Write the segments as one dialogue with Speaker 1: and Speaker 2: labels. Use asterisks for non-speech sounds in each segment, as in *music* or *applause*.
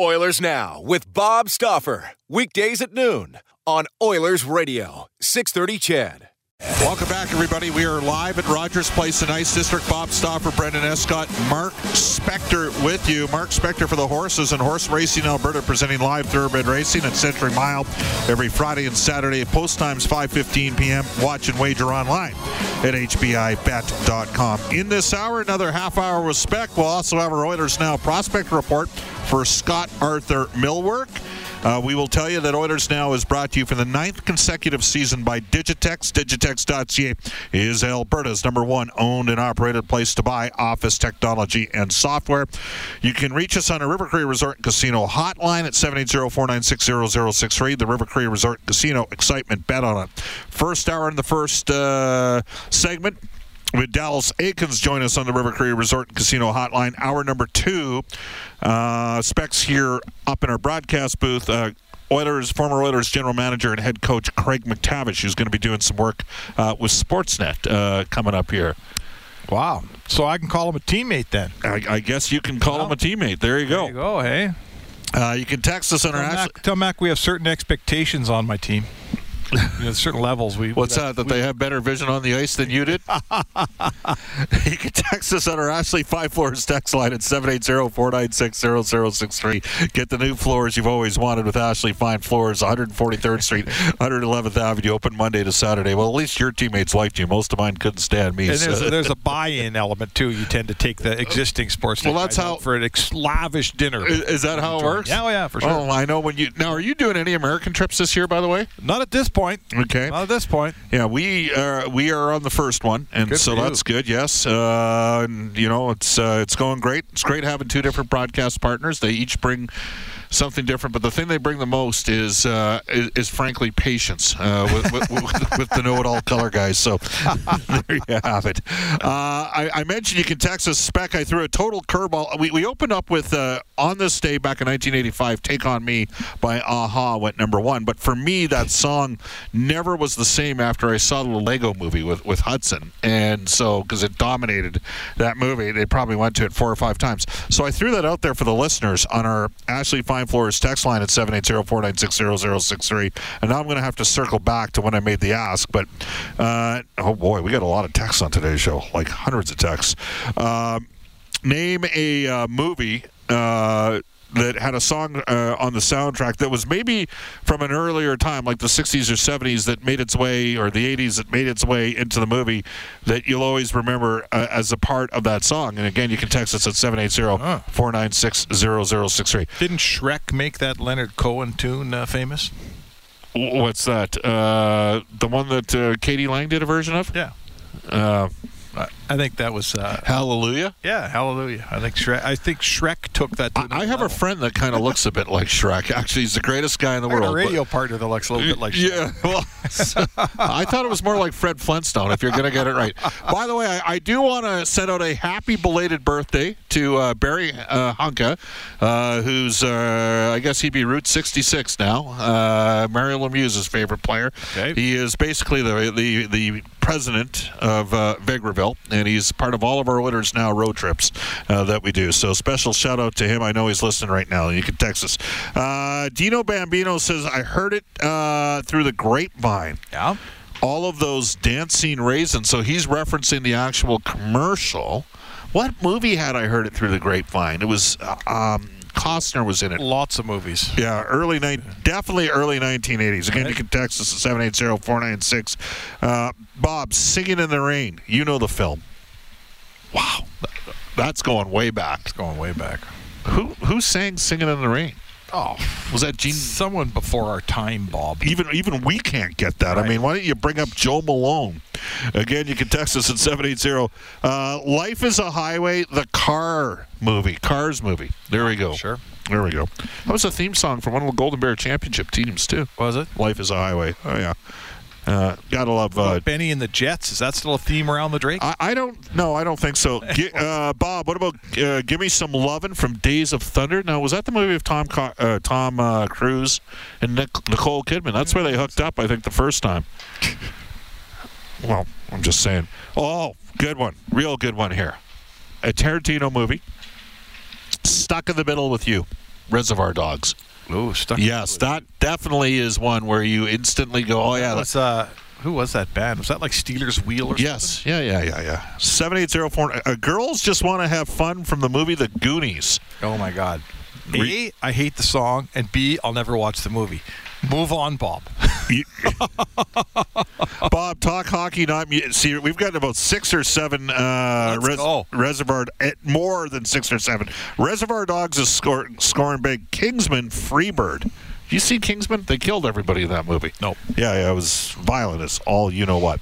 Speaker 1: Oilers Now with Bob Stoffer. Weekdays at noon on Oilers Radio, 630 Chad.
Speaker 2: Welcome back, everybody. We are live at Rogers Place in Ice District. Bob Stoffer, Brendan Escott, Mark Spector with you. Mark Spector for the horses and horse racing Alberta, presenting live thoroughbred racing at Century Mile every Friday and Saturday. Post times 5:15 p.m. Watch and wager online at hbibet.com. In this hour, another half hour with Spec. We'll also have our Oilers Now prospect report for Scott Arthur Millwork. Uh, we will tell you that Oilers Now is brought to you for the ninth consecutive season by Digitex. Digitex.ca is Alberta's number one owned and operated place to buy office technology and software. You can reach us on the River Cree Resort and Casino hotline at 780-496-0063. The River Cree Resort Casino excitement bet on it. First hour in the first uh, segment with Dallas Aikens join us on the River Cree Resort and Casino Hotline. Hour number two, uh, specs here up in our broadcast booth. Uh, Oilers, former Oilers general manager and head coach Craig McTavish, who's going to be doing some work uh, with Sportsnet uh, coming up here.
Speaker 3: Wow. So I can call him a teammate then.
Speaker 2: I, I guess you can call
Speaker 3: Well,
Speaker 2: him a teammate. There you go.
Speaker 3: There you go, hey.
Speaker 2: Uh, you can text us on our.
Speaker 3: Tell
Speaker 2: Ask-
Speaker 3: Mac, tell Mac we have certain expectations on my team. You know, certain levels. We
Speaker 2: What's that? That they have better vision on the ice than you *laughs* did? you can text us on our Ashley Five Floors text line at 780-496-0063. Get the new floors you've always wanted with Ashley Fine Floors, 143rd Street, 111th Avenue, open Monday to Saturday. Well, at least your teammates liked you. Most of mine couldn't stand me.
Speaker 3: And
Speaker 2: so-
Speaker 3: there's, there's a buy-in element too. You tend to take the existing sports.
Speaker 2: Well, that's
Speaker 3: guys
Speaker 2: how-
Speaker 3: out for an ex- lavish dinner.
Speaker 2: Is- is that how it works?
Speaker 3: Yeah, oh, yeah, for sure.
Speaker 2: Oh, I know when you now. Are you doing any American trips this year? By the way,
Speaker 3: Not at this point.
Speaker 2: okay.
Speaker 3: Not at this point.
Speaker 2: Yeah, we are we are on the first one, and
Speaker 3: Good
Speaker 2: so
Speaker 3: for you.
Speaker 2: that's good. Yes, uh, and, you know it's uh, it's going great. It's great having two different broadcast partners. They each bring something different, but the thing they bring the most is uh, is, is frankly patience uh, with, *laughs* with, with, with the know-it-all color guys. So *laughs* there you have it. Uh, I, I mentioned you can text us spec. I threw a total curveball. We, we opened up with uh, on this day back in 1985, "Take on Me" by Aha went number one. But for me, that song never was the same after I saw the Lego Movie with with Hudson, and so because it dominated that movie, they probably went to it four or five times. So I threw that out there for the listeners on our Ashley Fine Floors text line at 780-496-0063. And now I'm going to have to circle back to when I made the ask. But uh, oh boy, we got a lot of texts on today's show, like hundreds of texts. Um, name a uh, movie uh, that had a song uh, on the soundtrack that was maybe from an earlier time, like the 60s or 70s, that made its way, or the 80s that made its way into the movie that you'll always remember uh, as a part of that song. And again, you can text us at 780 496 0063.
Speaker 3: Didn't Shrek make that Leonard Cohen tune uh, famous?
Speaker 2: What's that? Uh, the one that uh, Katie Lang did a version of?
Speaker 3: Yeah.
Speaker 2: Uh,
Speaker 3: I, I think that was. Uh,
Speaker 2: Hallelujah.
Speaker 3: yeah. Hallelujah. I think Shrek. I think Shrek took that. To
Speaker 2: I, I
Speaker 3: another
Speaker 2: have a
Speaker 3: level.
Speaker 2: friend that kind of looks a bit like Shrek. Actually, he's the greatest guy in the
Speaker 3: I got
Speaker 2: world.
Speaker 3: a
Speaker 2: but-
Speaker 3: radio partner that looks a little bit like.
Speaker 2: Yeah,
Speaker 3: Shrek.
Speaker 2: well, *laughs* I thought it was more like Fred Flintstone. If you're going to get it right. By the way, I, I do want to send out a happy belated birthday to uh, Barry uh, Honka, uh, who's uh, I guess he'd be Route 66 now. Uh, Mario Lemieux's favorite player.
Speaker 3: Okay.
Speaker 2: He is basically the the the president of uh, Vegreville, and he's part of all of our Oilers Now road trips uh, that we do. So special shout out to him. I know he's listening right now. You can text us. Uh, Dino Bambino says, I heard it uh, through the grapevine.
Speaker 3: Yeah.
Speaker 2: all of those dancing raisins. So he's referencing the actual commercial. What movie had I heard it through the grapevine? It was uh, um, Costner was in it.
Speaker 3: Lots of movies.
Speaker 2: *laughs* Yeah, early night, definitely early 1980s. Again, you can text us at 780-496. Uh, Bob, Singing in the Rain. You know the film. Wow, Th- that's going way back.
Speaker 3: It's going way back.
Speaker 2: Who who sang Singing in the Rain?
Speaker 3: Oh,
Speaker 2: Was that Gene?
Speaker 3: someone before our time, Bob.
Speaker 2: Even even we can't get that. I mean, why don't you bring up Joe Malone? Again, you can text us at 780. Uh, Life is a Highway, the car movie, Cars movie. There we go.
Speaker 3: Sure.
Speaker 2: There we go. That was a theme song for one of the Golden Bear Championship teams, too.
Speaker 3: Was it?
Speaker 2: Life is a Highway. Oh, yeah. Uh, gotta love. Uh,
Speaker 3: Benny and the Jets. Is that still a theme around the Drake?
Speaker 2: I, I don't. No, I don't think so. Gi- uh, Bob, what about uh, "Give Me Some Lovin'" from Days of Thunder? Now, was that the movie of Tom Co- uh, Tom uh, Cruise and Nic- Nicole Kidman? That's where they hooked up, I think, the first time. well, I'm just saying. Oh, good one, real good one here. A Tarantino movie. Stuck in the middle with you, Reservoir Dogs.
Speaker 3: oh, stuck.
Speaker 2: Yes, that definitely is one where you instantly go, "Oh yeah,
Speaker 3: That was, uh, who was that band? Was that like Steelers Wheel or
Speaker 2: Yes. Yeah, yeah, yeah, yeah. 7804. Uh, girls just want to have fun from the movie The Goonies.
Speaker 3: something? Oh my God. A, I hate the song, and B, I'll never watch the movie. Move on, Bob.
Speaker 2: You- *laughs* Bob, talk hockey, not mu- see. We've got about six or seven uh,
Speaker 3: Let's go.
Speaker 2: reservoir, eh, more than six or seven. Reservoir Dogs is score, scoring big. Kingsman, Freebird. You see Kingsman? They killed everybody in that movie.
Speaker 3: Nope.
Speaker 2: Yeah, yeah, it was violent as all you know what.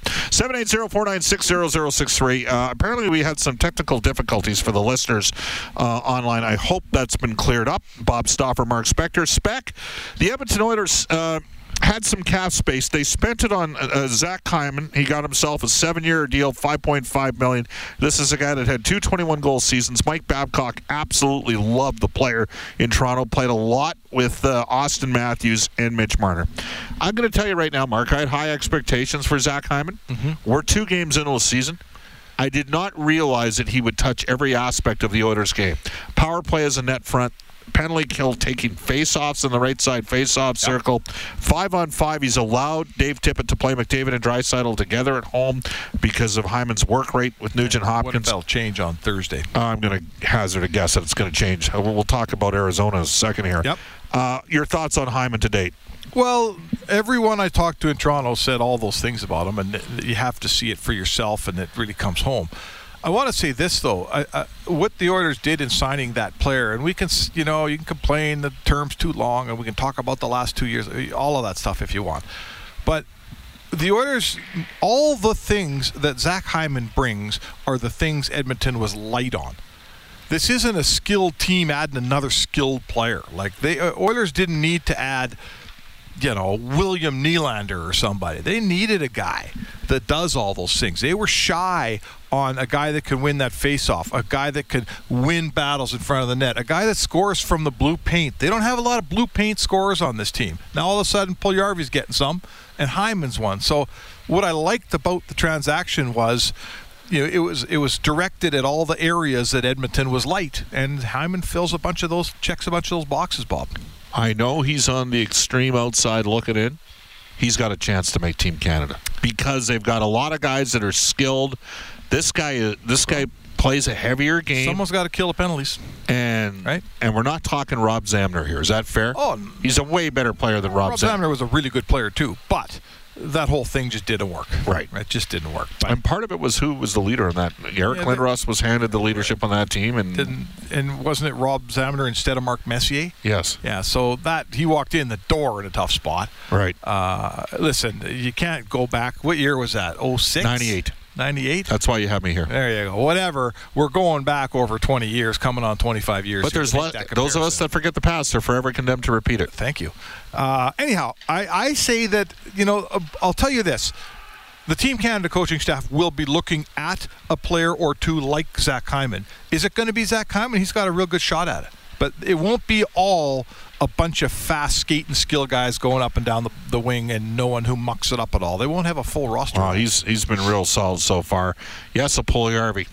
Speaker 2: 780-496-0063. Uh, apparently we had some technical difficulties for the listeners uh, online. I hope that's been cleared up. Bob Stoffer, Mark Spector. Spec, the Edmonton Oilers uh, had some cap space. They spent it on uh, uh, Zach Kyman. He got himself a seven-year deal, 5.5 million. This is a guy that had two 21 goal seasons. Mike Babcock absolutely loved the player in Toronto. Played a lot with uh, Austin Matthews and Mitch Marner. I'm going to tell you right now, Mark. I had high expectations for Zach Hyman. We're two games into the season. I did not realize that he would touch every aspect of the Oilers game. Power play as a net front, penalty kill taking face-offs in the right side face-off circle. Five on five, he's allowed Dave Tippett to play McDavid and Drysidle together at home because of Hyman's work rate with Nugent
Speaker 3: What if
Speaker 2: Hopkins.
Speaker 3: that'll change on Thursday?
Speaker 2: I'm going to hazard a guess that it's going to change. Uh, We'll we'll talk about Arizona in a second here.
Speaker 3: Yep.
Speaker 2: Uh, your thoughts on Hyman to date?
Speaker 3: Well, everyone I talked to in Toronto said all those things about him, and th- you have to see it for yourself, and it really comes home. I want to say this though: I, I, what the Oilers did in signing that player, and we can, s- you know, you can complain the term's too long, and we can talk about the last two years, eh, all of that stuff if you want. But the Oilers, all the things that Zach Hyman brings are the things Edmonton was light on this isn't a skilled team adding another skilled player. Like they uh, Oilers didn't need to add, you know, William Nylander or somebody. They needed a guy that does all those things. They were shy on a guy that can win that faceoff, a guy that can win battles in front of the net, a guy that scores from the blue paint. They don't have a lot of blue paint scorers on this team. Now all of a sudden, Puljujärvi's getting some, and Hyman's one. So what I liked about the transaction was you know, it was it was directed at all the areas that Edmonton was light, and Hyman fills a bunch of those checks a bunch of those boxes, Bob.
Speaker 2: I know he's on the extreme outside looking in. He's got a chance to make Team Canada because they've got a lot of guys that are skilled. This guy, uh, this guy plays a heavier game,
Speaker 3: Someone's got to kill the penalties.
Speaker 2: and
Speaker 3: Right.
Speaker 2: and we're not talking Rob Zamner here. Is that fair?
Speaker 3: Oh, n-
Speaker 2: he's a way better player than Rob,
Speaker 3: Rob
Speaker 2: Zamner.
Speaker 3: Zamner was a really good player too, but that whole thing just didn't work.
Speaker 2: Right.
Speaker 3: it just didn't work. But
Speaker 2: And part of it was who was the leader on that. Eric
Speaker 3: Yeah, but-
Speaker 2: Lindros was handed the leadership on that team, and
Speaker 3: didn't, and wasn't it Rob Zamner instead of Mark Messier?
Speaker 2: yes,
Speaker 3: Yeah, so that he walked in the door in a tough spot.
Speaker 2: right.
Speaker 3: Uh, listen, you can't go back. What year was that? 06?
Speaker 2: 98.
Speaker 3: 98?
Speaker 2: That's why you have me here.
Speaker 3: There you go. Whatever. We're going back over 20 years, coming on 25 years.
Speaker 2: But
Speaker 3: here.
Speaker 2: there's
Speaker 3: Make
Speaker 2: le-
Speaker 3: that
Speaker 2: those of us
Speaker 3: comparison.
Speaker 2: that forget the past are forever condemned to repeat it.
Speaker 3: Thank you. Uh, anyhow, I, I say that, you know, uh, I'll tell you this. The Team Canada coaching staff will be looking at a player or two like Zach Hyman. Is it going to be Zach Hyman? He's got a real good shot at it. But it won't be all a bunch of fast skating skill guys going up and down the, the wing and no one who mucks it up
Speaker 2: Uh, Oh,
Speaker 3: at all. They won't have a full roster.
Speaker 2: Wow, he's he's been real solid so far. Yes, a Pulley Harvey.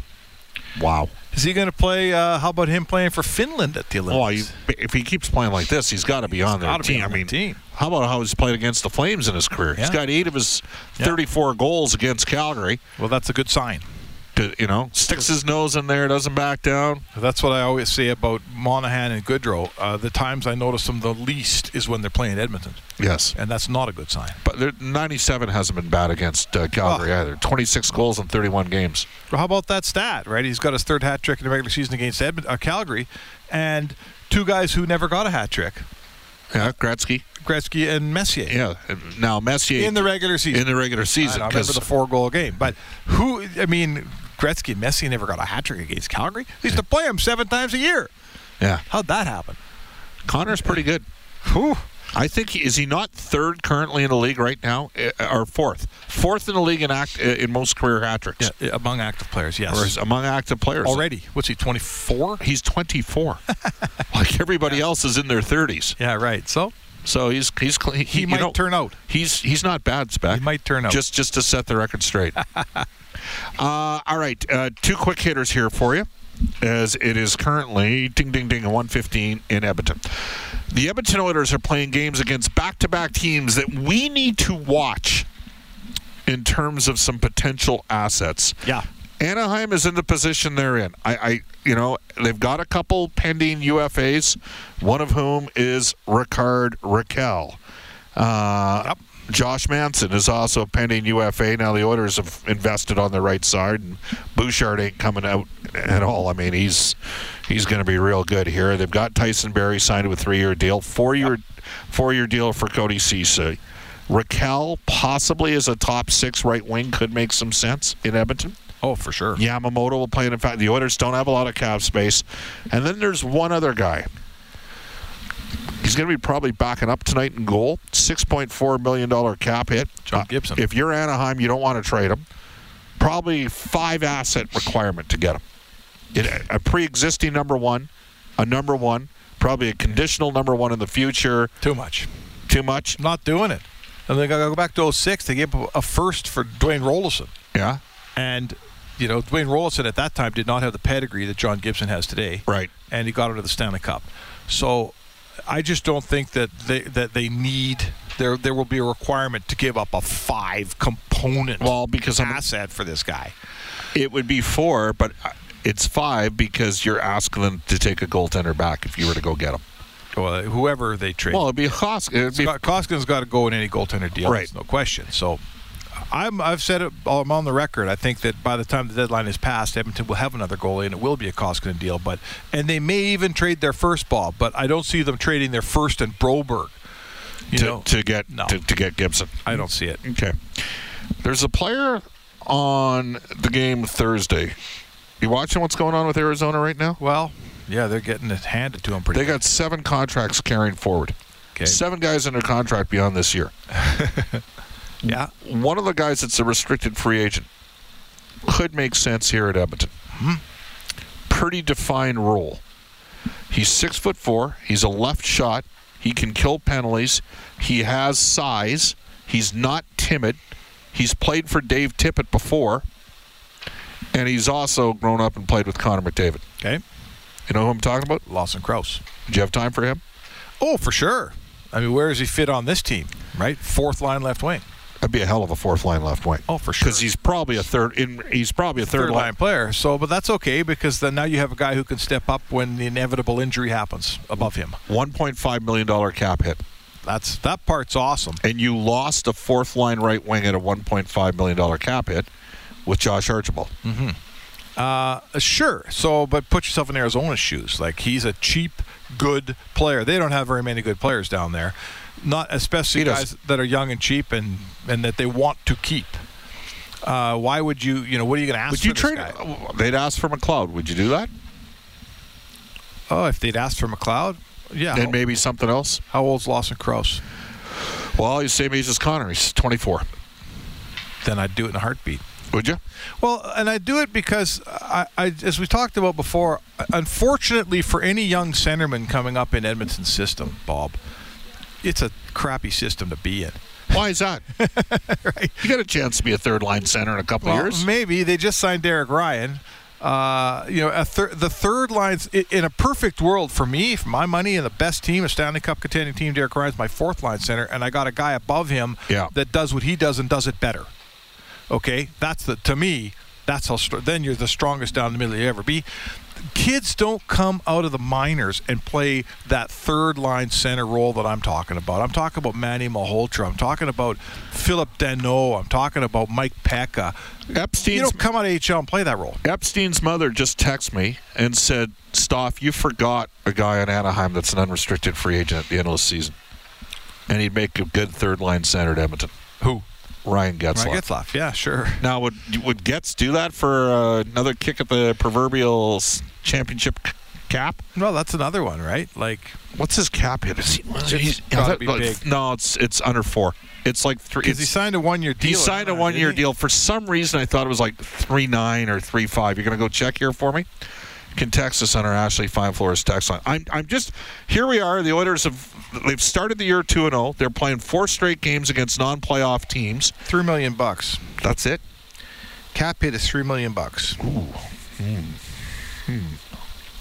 Speaker 2: Wow.
Speaker 3: Is he going to play? Uh, how about him playing for Finland at the
Speaker 2: Oh,
Speaker 3: Olympics?
Speaker 2: he, if he keeps playing like this, he's got to be on their
Speaker 3: gotta be
Speaker 2: team.
Speaker 3: on
Speaker 2: I
Speaker 3: their
Speaker 2: mean,
Speaker 3: team.
Speaker 2: how about how he's played against the Flames in his career? He's
Speaker 3: Yeah.
Speaker 2: got eight of his
Speaker 3: Yeah.
Speaker 2: 34 goals against Calgary.
Speaker 3: well, that's a good sign.
Speaker 2: To, you know, sticks his nose in there, doesn't back down.
Speaker 3: That's what I always say about Monahan and Goodrow. Uh, the times I notice them the least is when they're playing Edmonton,
Speaker 2: Yes.
Speaker 3: and that's not a good sign.
Speaker 2: But there- 97 hasn't been bad against uh, Calgary
Speaker 3: Oh.
Speaker 2: either. 26 goals in 31 games.
Speaker 3: Well, How about that stat, right? He's got his third hat trick in the regular season against Edmont- uh, Calgary, and two guys who never got a hat trick,
Speaker 2: Yeah, Gretzky.
Speaker 3: Gretzky and Messier,
Speaker 2: Yeah. And Now Messier
Speaker 3: in the regular season.
Speaker 2: in the regular season
Speaker 3: I remember
Speaker 2: 'cause
Speaker 3: the four-goal game. But who? I mean, Gretzky and Messier never got a hat trick against Calgary. They used to play them seven times a year.
Speaker 2: yeah,
Speaker 3: How'd that happen?
Speaker 2: Connor's pretty good.
Speaker 3: Whew.
Speaker 2: I think he, is he not third currently in the league right now, Eh, or fourth? Fourth in the league in act eh, in most career hat tricks.
Speaker 3: Yeah, among active players, yes.
Speaker 2: or is among active players.
Speaker 3: Already, what's he? Twenty-four.
Speaker 2: He's
Speaker 3: *laughs*
Speaker 2: 24. like everybody else is in their 30s.
Speaker 3: Yeah, right. So
Speaker 2: So he's he's cl- he,
Speaker 3: He
Speaker 2: you
Speaker 3: might
Speaker 2: know,
Speaker 3: turn out.
Speaker 2: He's he's not bad, Spec.
Speaker 3: He might turn out.
Speaker 2: Just just to set the record
Speaker 3: *laughs*
Speaker 2: straight. uh, all right, uh, two quick hitters here for you. As it is currently ding ding ding 115 in Edmonton. The Edmonton Oilers are playing games against back-to-back teams that we need to watch in terms of some potential assets.
Speaker 3: Yeah.
Speaker 2: Anaheim is in the position they're in. I, I you know, they've got a couple pending UFAs, one of whom is Ricard Raquel. Uh, Josh Manson is also a pending UFA. Now the Oilers have invested on the right side, and Bouchard ain't coming out at all. I mean, he's he's going to be real good here. They've got Tyson Berry signed with a three-year deal, four-year four-year deal for Cody Cece. Raquel possibly is a top six right wing could make some sense in Edmonton.
Speaker 3: oh, for sure.
Speaker 2: Yamamoto will play. And in fact, the Oilers don't have a lot of cap space. And then there's one other guy. He's going to be probably backing up tonight in goal. $6.4 million cap hit. Uh,
Speaker 3: John Gibson.
Speaker 2: if you're Anaheim, you don't want to trade him. Probably five asset requirement to get him. It- a pre existing number one, a number one, probably a conditional number one in the future.
Speaker 3: Too much.
Speaker 2: Too much?
Speaker 3: Not doing it. And they got to go back to 06. They gave up a first for Dwayne Rollison.
Speaker 2: Yeah.
Speaker 3: And, you know, Dwayne Rollison at that time did not have the pedigree that John Gibson has today.
Speaker 2: Right.
Speaker 3: And he got out of the Stanley Cup. So I just don't think that they that they need there there will be a requirement to give up a five component
Speaker 2: Well, because I'm,
Speaker 3: asset for this guy.
Speaker 2: It would be four, but uh, it's five because you're asking them to take a goaltender back if you were to go get him.
Speaker 3: Well, whoever they trade.
Speaker 2: Well, it'd be Hosk. It'd be
Speaker 3: Scott Koskinen's got to go in any goaltender deal.
Speaker 2: Right.
Speaker 3: There's no question. So I'm, I've said it, I'm on the record. I think that by the time the deadline is passed, Edmonton will have another goalie and it will be a Koskinen deal. But And they may even trade their first ball, but I don't see them trading their first and Broberg. You
Speaker 2: to,
Speaker 3: know,
Speaker 2: to get
Speaker 3: No.
Speaker 2: to, to get Gibson.
Speaker 3: I don't see it.
Speaker 2: Okay. There's a player on the game Thursday. You watching what's going on with Arizona right now?
Speaker 3: Well, yeah, they're getting it handed to them pretty
Speaker 2: They got seven contracts carrying forward.
Speaker 3: Okay.
Speaker 2: Seven guys under contract beyond this year.
Speaker 3: Yeah.
Speaker 2: One of the guys that's a restricted free agent could make sense here at Edmonton.
Speaker 3: Hmm.
Speaker 2: Pretty defined role. He's six foot four. He's a left shot. He can kill penalties. He has size. He's not timid. He's played for Dave Tippett before, and he's also grown up and played with Connor McDavid.
Speaker 3: Okay.
Speaker 2: You know who I'm talking about?
Speaker 3: Lawson Krause.
Speaker 2: Do you have time for him?
Speaker 3: Oh, for sure. I mean, where does he fit on this team, right? Fourth line left wing.
Speaker 2: That'd be a hell of a fourth line left wing.
Speaker 3: Oh, for sure.
Speaker 2: because he's probably a third. In, he's probably a third,
Speaker 3: third line, player. So, but that's okay because then now you have a guy who can step up when the inevitable injury happens above him.
Speaker 2: One point five million dollar cap hit,
Speaker 3: That's that part's awesome.
Speaker 2: and you lost a fourth line right wing at a one point five million dollar cap hit with Josh Archibald.
Speaker 3: Uh, sure. So, but put yourself in Arizona's shoes. Like he's a cheap, good player. They don't have very many good players down there, not especially
Speaker 2: He
Speaker 3: guys
Speaker 2: doesn't.
Speaker 3: that are young and cheap and and that they want to keep. Uh, why would you? You know, what are you going to ask?
Speaker 2: Would you
Speaker 3: for
Speaker 2: trade?
Speaker 3: this guy?
Speaker 2: They'd ask for McLeod. Would you do that?
Speaker 3: Oh, if they'd asked for McLeod, yeah.
Speaker 2: And maybe something else.
Speaker 3: how old's Lawson Krause?
Speaker 2: Well, he's the same age as Connor. He's twenty four.
Speaker 3: Then I'd do it in a heartbeat.
Speaker 2: Would you?
Speaker 3: Well, and I do it because, I, I, as we talked about before, unfortunately for any young centerman coming up in Edmonton's system, Bob, it's a crappy system to be in.
Speaker 2: Why is
Speaker 3: *laughs*
Speaker 2: that? You got a chance to be a third line center in a couple of
Speaker 3: Well,
Speaker 2: years.
Speaker 3: maybe they just signed Derek Ryan, Uh, you know, a thir- the third lines i- in a perfect world for me, for my money, and the best team, a Stanley Cup contending team, Derek Ryan's my fourth line center, and I got a guy above him
Speaker 2: Yeah.
Speaker 3: that does what he does and does it better. Okay, that's the to me. That's how str- then you're the strongest down the middle you ever be. Kids don't come out of the minors and play that third line center role that I'm talking about. I'm talking about Manny Malhotra. I'm talking about Philip Deneau. I'm talking about Mike Pekka.
Speaker 2: Epstein's-
Speaker 3: You don't come out of AHL and play that role.
Speaker 2: Epstein's mother just texted me and said, Stoff, you forgot a guy in Anaheim that's an unrestricted free agent at the end of the season. And he'd make a good third line center at Edmonton.
Speaker 3: Who?
Speaker 2: Ryan Getzlaff.
Speaker 3: Ryan Getzlaff. Yeah, sure. *laughs*
Speaker 2: Now, would would Getz do that for uh, another kick at the proverbial s- championship c- cap?
Speaker 3: Well, that's another one, right? Like
Speaker 2: What's his cap hit? Is he, he's-
Speaker 3: gotta
Speaker 2: I thought-
Speaker 3: be
Speaker 2: like,
Speaker 3: big.
Speaker 2: No, it's it's under four. It's like three.
Speaker 3: because he
Speaker 2: it's-
Speaker 3: signed a one-year deal.
Speaker 2: he signed a
Speaker 3: didn't
Speaker 2: one-year
Speaker 3: he?
Speaker 2: deal. For some reason, I thought it was like three nine or three five. You're gonna go check here for me. You Can text us on our Ashley Fine Flores text line. I'm, I'm just here. We are. The Oilers have they've started the year two and zero. They're playing four straight games against non-playoff teams.
Speaker 3: Three million bucks.
Speaker 2: That's it.
Speaker 3: Cap hit is three million bucks.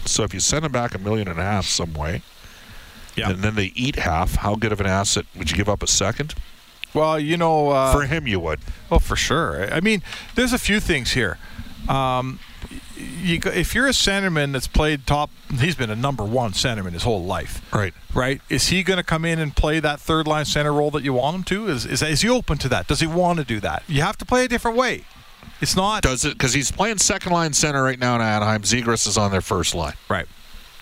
Speaker 2: So if you send them back a million and a half some way,
Speaker 3: Yeah.
Speaker 2: and then they eat half, how good of an asset would you give up a second?
Speaker 3: Well, you know, uh,
Speaker 2: For him, you would.
Speaker 3: Well, Oh, for sure. I I mean, there's a few things here. Um, you, go- if you're a centerman that's played top, he's been a number one centerman his whole life.
Speaker 2: Right.
Speaker 3: Right. Is he going to come in and play that third line center role that you want him to? Is, is is he open to that? Does he want to do that? You have to play a different way. It's not
Speaker 2: Does it because he's playing second line center right now in Anaheim. Zegras is on their first line.
Speaker 3: Right.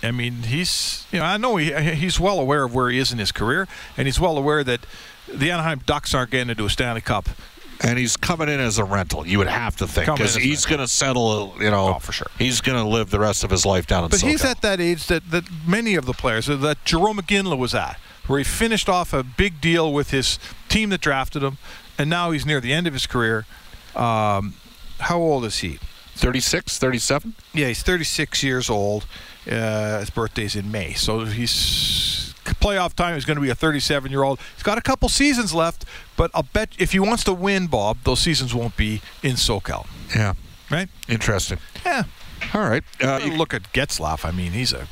Speaker 3: I mean, he's you know I know he he's well aware of where he is in his career, and he's well aware that the Anaheim Ducks aren't getting into a Stanley Cup.
Speaker 2: And he's coming in as a rental. You would have to think
Speaker 3: Coming in
Speaker 2: because
Speaker 3: as a
Speaker 2: he's going to settle. You know,
Speaker 3: Oh, for sure.
Speaker 2: He's going to live the rest of his life down in.
Speaker 3: But he's
Speaker 2: SoCal.
Speaker 3: at that age that, that many of the players that Jerome McGinley was at, where he finished off a big deal with his team that drafted him, and now he's near the end of his career. Um, how old is he?
Speaker 2: 36, 37.
Speaker 3: Yeah, he's 36 years old. Uh, his birthday's in May, so he's playoff time. He's going to be a 37 year old. He's got a couple seasons left, but I'll bet if he wants to win, Bob, those seasons won't be in SoCal,
Speaker 2: Yeah,
Speaker 3: right?
Speaker 2: interesting.
Speaker 3: Yeah.
Speaker 2: All right. Uh, you-
Speaker 3: look at Getzlaff. I mean, he's a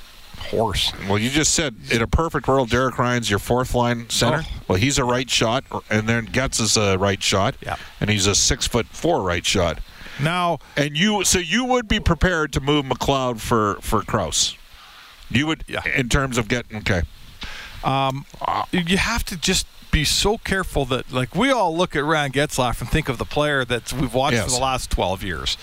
Speaker 3: horse.
Speaker 2: Well, you just said in a perfect world, Derek Ryan's your fourth line center.
Speaker 3: Oh.
Speaker 2: Well, he's a right shot, or- and then Getz is a right shot.
Speaker 3: Yeah.
Speaker 2: And he's a six foot four right shot.
Speaker 3: Now,
Speaker 2: And you, so you would be prepared to move McLeod for for Kraus. You would,
Speaker 3: Yeah.
Speaker 2: in terms of getting okay.
Speaker 3: Um, uh, you have to just be so careful that like we all look at Ryan Getzlaff and think of the player that we've watched
Speaker 2: Yes.
Speaker 3: for the last 12 years.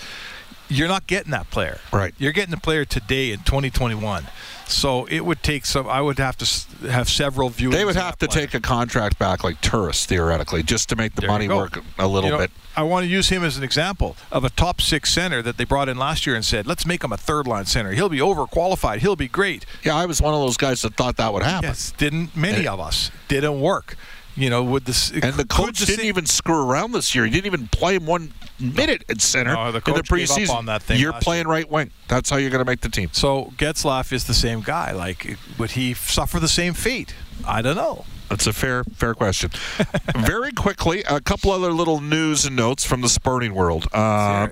Speaker 3: You're not getting that player.
Speaker 2: Right.
Speaker 3: You're getting the player today in 2021. So it would take some. I would have to s- have several viewings.
Speaker 2: They would
Speaker 3: of
Speaker 2: have to
Speaker 3: that player.
Speaker 2: take a contract back like Tourist theoretically, just to make the
Speaker 3: There you
Speaker 2: money
Speaker 3: go.
Speaker 2: work a little
Speaker 3: You know,
Speaker 2: bit.
Speaker 3: I want to use him as an example of a top six center that they brought in last year and said, "Let's make him a third line center. He'll be overqualified. He'll be great."
Speaker 2: Yeah, I was one of those guys that thought that would happen.
Speaker 3: Yes. Didn't many
Speaker 2: And-
Speaker 3: of us didn't work. You know, with this
Speaker 2: And the
Speaker 3: could
Speaker 2: coach
Speaker 3: the
Speaker 2: didn't
Speaker 3: same-
Speaker 2: even screw around this year. He didn't even play him one minute at center
Speaker 3: No, the
Speaker 2: in the
Speaker 3: coach gave up
Speaker 2: preseason.
Speaker 3: on that thing
Speaker 2: you're
Speaker 3: last
Speaker 2: playing right wing. That's how you're going to make the team.
Speaker 3: So Getzlaff is the same guy. Like, would he suffer the same fate? I don't know.
Speaker 2: That's a fair, fair question.
Speaker 3: *laughs*
Speaker 2: Very quickly, a couple other little news and notes from the sporting world. Uh,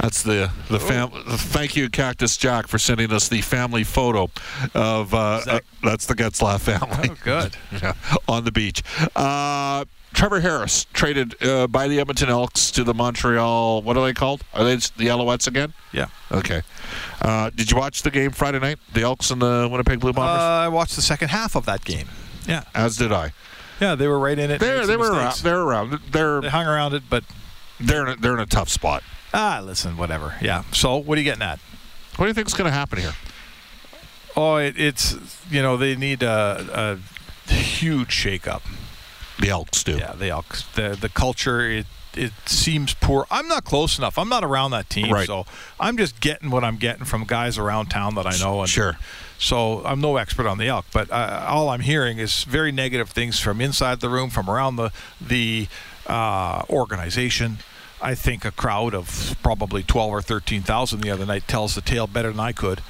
Speaker 2: That's the
Speaker 3: Oh.
Speaker 2: the fam- Thank you, Cactus Jack, for sending us the family photo of uh, uh, that's the Getzlaff family.
Speaker 3: Oh, good.
Speaker 2: *laughs* Yeah, on the beach. Uh, Trevor Harris traded uh, by the Edmonton Elks to the Montreal. What are they called? Are they the Alouettes again?
Speaker 3: yeah.
Speaker 2: Okay. Uh, did you watch the game Friday night? The Elks and the Winnipeg Blue
Speaker 3: Uh,
Speaker 2: Bombers.
Speaker 3: I watched the second half of that game. Yeah.
Speaker 2: As did I.
Speaker 3: Yeah, they were right in it.
Speaker 2: They're
Speaker 3: made
Speaker 2: they
Speaker 3: Uh, some
Speaker 2: were around.
Speaker 3: mistakes.
Speaker 2: They're around. They're
Speaker 3: They hung around it, but
Speaker 2: they're in a, they're in a tough spot.
Speaker 3: ah, listen, whatever. Yeah. So, what are you getting at?
Speaker 2: What do you think's going to happen here?
Speaker 3: Oh, it, it's you know they need a, a huge shakeup.
Speaker 2: The Elks do.
Speaker 3: Yeah, they all the the culture it it seems poor. I'm not close enough. I'm not around that team,
Speaker 2: Right.
Speaker 3: so I'm just getting what I'm getting from guys around town that I know. And
Speaker 2: Sure.
Speaker 3: So I'm no expert on the elk, but uh, all I'm hearing is very negative things from inside the room, from around the the uh, organization. I think a crowd of probably 12 or 13,000 the other night tells the tale better than I could.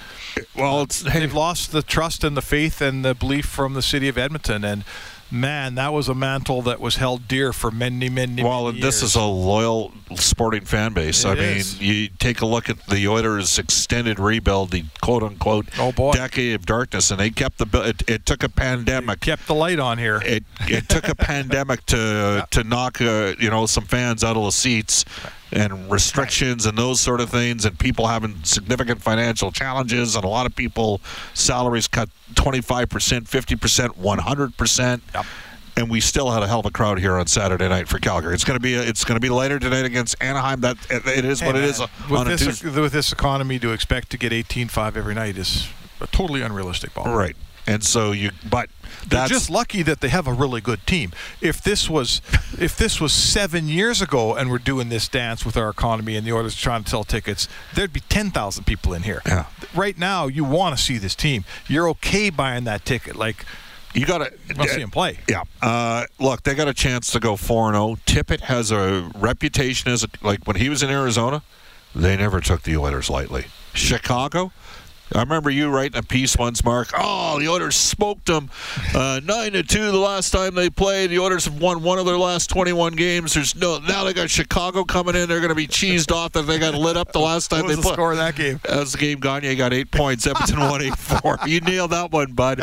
Speaker 2: Well, it's
Speaker 3: They've lost the trust and the faith and the belief from the city of Edmonton, and man, that was a mantle that was held dear for many, many,
Speaker 2: Well,
Speaker 3: many
Speaker 2: and this
Speaker 3: years.
Speaker 2: is a loyal sporting fan base.
Speaker 3: It
Speaker 2: I
Speaker 3: is.
Speaker 2: mean, you take a look at the Oilers' extended rebuild, the quote unquote
Speaker 3: Oh, boy.
Speaker 2: decade of darkness, and they kept the. bu- It, it took a pandemic.
Speaker 3: kept the light on here.
Speaker 2: it it took a pandemic to to knock uh, you know some fans out of the seats and restrictions and those sort of things and people having significant financial challenges and a lot of people salaries cut 25% 50% 100% and we still had a hell of a crowd here on Saturday night for Calgary it's going to be it's going to be later tonight against Anaheim that it it is what it
Speaker 3: Hey,
Speaker 2: is uh,
Speaker 3: man,
Speaker 2: on a
Speaker 3: with this,
Speaker 2: Tuesday
Speaker 3: with this economy, to expect to get 18.5 every night is a totally unrealistic ball.
Speaker 2: right and so you but
Speaker 3: They're
Speaker 2: that's
Speaker 3: just lucky that they have a really good team. If this
Speaker 2: *laughs*
Speaker 3: was, if this was seven years ago, and we're doing this dance with our economy and the Oilers trying to sell tickets, there'd be ten thousand people in here.
Speaker 2: Yeah.
Speaker 3: Right now, you want to see this team. You're okay buying that ticket. Like,
Speaker 2: You got to
Speaker 3: Must see him play.
Speaker 2: Yeah. Uh, look, they got a chance to go four and zero. Tippett has a reputation as a, like when he was in Arizona, they never took the Oilers lightly. Chicago. I remember you writing a piece once, Mark. Oh, the Oilers smoked them uh, nine to two the last time they played. The Oilers have won one of their last twenty-one games. There's no now they got Chicago coming in. They're going to be cheesed off that they got lit up the last time
Speaker 3: what was
Speaker 2: they
Speaker 3: the
Speaker 2: played.
Speaker 3: score of that game?
Speaker 2: That was the Uh, game. Gagne got eight points. Edmonton one eight
Speaker 3: *laughs*
Speaker 2: four. You nailed that one, bud.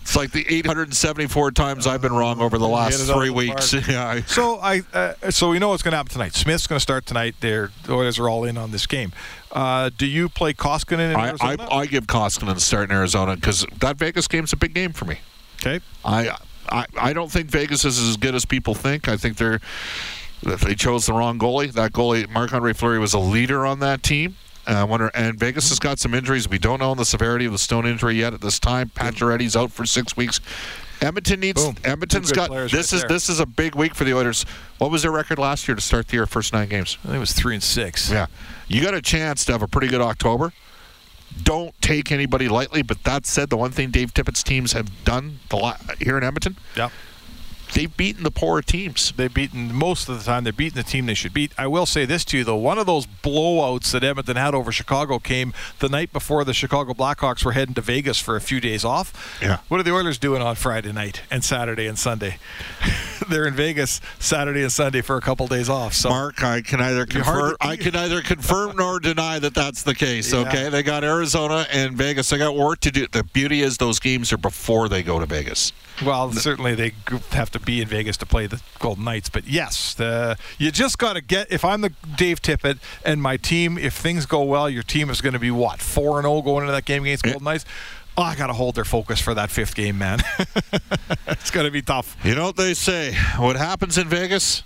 Speaker 2: It's like the 874 times I've been wrong over the
Speaker 3: Hit
Speaker 2: last
Speaker 3: it out
Speaker 2: three
Speaker 3: of the
Speaker 2: weeks. *laughs*
Speaker 3: park.
Speaker 2: Yeah, I-
Speaker 3: *laughs* So I, uh, so we know what's going to happen tonight. Smith's going to start tonight. They're, the Oilers are all in on this game. Uh, do you play Koskinen in
Speaker 2: I,
Speaker 3: Arizona?
Speaker 2: I, I give Koskinen a start in Arizona because that Vegas game's a big game for me.
Speaker 3: okay.
Speaker 2: I, I I don't think Vegas is as good as people think. I think they're they chose the wrong goalie. That goalie, Marc Andre Fleury, was a leader on that team. Uh, I wonder, and Vegas has got some injuries. We don't know the severity of the Stone injury yet at this time. Pacioretty's out for six weeks. Edmonton needs.
Speaker 3: Boom. Two
Speaker 2: Edmonton's
Speaker 3: good
Speaker 2: got
Speaker 3: players
Speaker 2: this
Speaker 3: right
Speaker 2: is
Speaker 3: there.
Speaker 2: this is a big week for the Oilers. What was their record last year to start the year? First nine games.
Speaker 3: I think it was three and six.
Speaker 2: Yeah, you got a chance to have a pretty good October. Don't take anybody lightly. But that said, the one thing Dave Tippett's teams have done the la- here in Edmonton,
Speaker 3: Yep.
Speaker 2: they've beaten the poorer teams.
Speaker 3: They've beaten most of the time. They're beating the team they should beat. I will say this to you though: one of those blowouts that Edmonton had over Chicago came the night before the Chicago Blackhawks were heading to Vegas for a few days off.
Speaker 2: Yeah.
Speaker 3: What are the Oilers doing on Friday night and Saturday and Sunday? *laughs* They're in Vegas Saturday and Sunday for a couple days off. So
Speaker 2: Mark, I can either confirm,
Speaker 3: hard to-
Speaker 2: I can either confirm nor deny that that's the case.
Speaker 3: Yeah.
Speaker 2: Okay, they got Arizona and Vegas. They got work to do. The beauty is those games are before they go to Vegas.
Speaker 3: Well, certainly they g- have to be in Vegas to play the Golden Knights, but yes, the, you just got to get. If I'm the Dave Tippett and my team, if things go well, your team is going to be what four and zero going into that game against Golden Knights. Oh, I got to hold their focus for that fifth game, man. *laughs* it's going to be tough.
Speaker 2: You know what they say? What happens in Vegas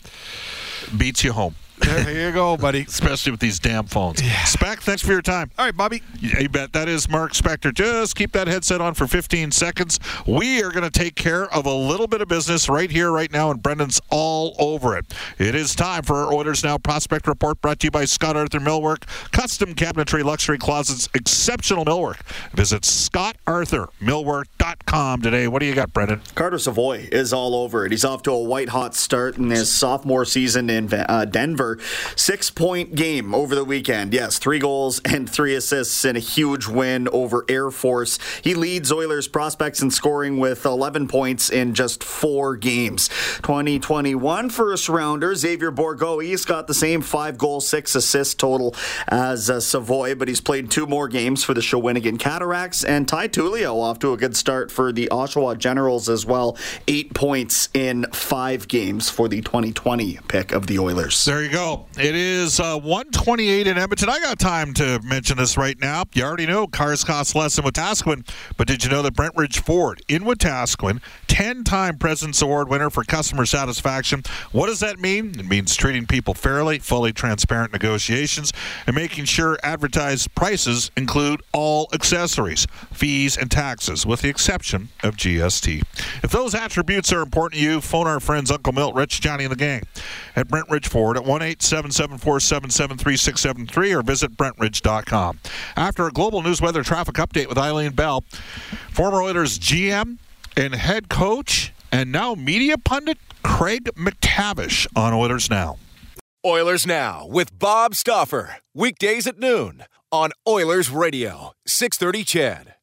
Speaker 2: beats you home,
Speaker 3: There you go, buddy.
Speaker 2: *laughs* especially with these damn phones. Spec, thanks for your time.
Speaker 3: All right, Bobby.
Speaker 2: Yeah, You bet. That is Mark Spector. Just keep that headset on for 15 seconds. We are going to take care of a little bit of business right here, right now, and Brendan's all over it. It is time for our Oilers Now Prospect Report brought to you by Scott Arthur Millwork, custom cabinetry, luxury closets, exceptional millwork. Visit scottarthurmillwork.com today. What do you got, Brendan?
Speaker 4: Carter Savoy is all over it. He's off to a white hot start in his sophomore season in uh, Denver. Six point game over the weekend. Yes, three goals and three assists in a huge win over Air Force. He leads Oilers prospects in scoring with 11 points in just four games. 2021 first rounder Xavier Borgo. He's got the same five goal, six assist total as uh, Savoy, but he's played two more games for the Shawinigan Cataracts. And Ty Tulio off to a good start for the Oshawa Generals as well. Eight points in five games for the 2020 pick of the Oilers.
Speaker 2: There you go. It is uh, 128 in Edmonton. I got time to mention this right now. You already know cars cost less in Wetaskiwin, but did you know that Brent Ridge Ford in Wetaskiwin, 10-time President's Award winner for customer satisfaction? What does that mean? It means treating people fairly, fully transparent negotiations, and making sure advertised prices include all accessories, fees, and taxes, with the exception of GST. If those attributes are important to you, phone our friends Uncle Milt, Rich, Johnny, and the gang at Brent Ridge Ford at 1 877 773 3673 or visit BrentRidge.com. After a global news weather traffic update with Eileen Bell, former Oilers GM and head coach, and now media pundit Craig McTavish on Oilers Now.
Speaker 1: Oilers Now with Bob Stoffer. Weekdays at noon on Oilers Radio, 630 Chad.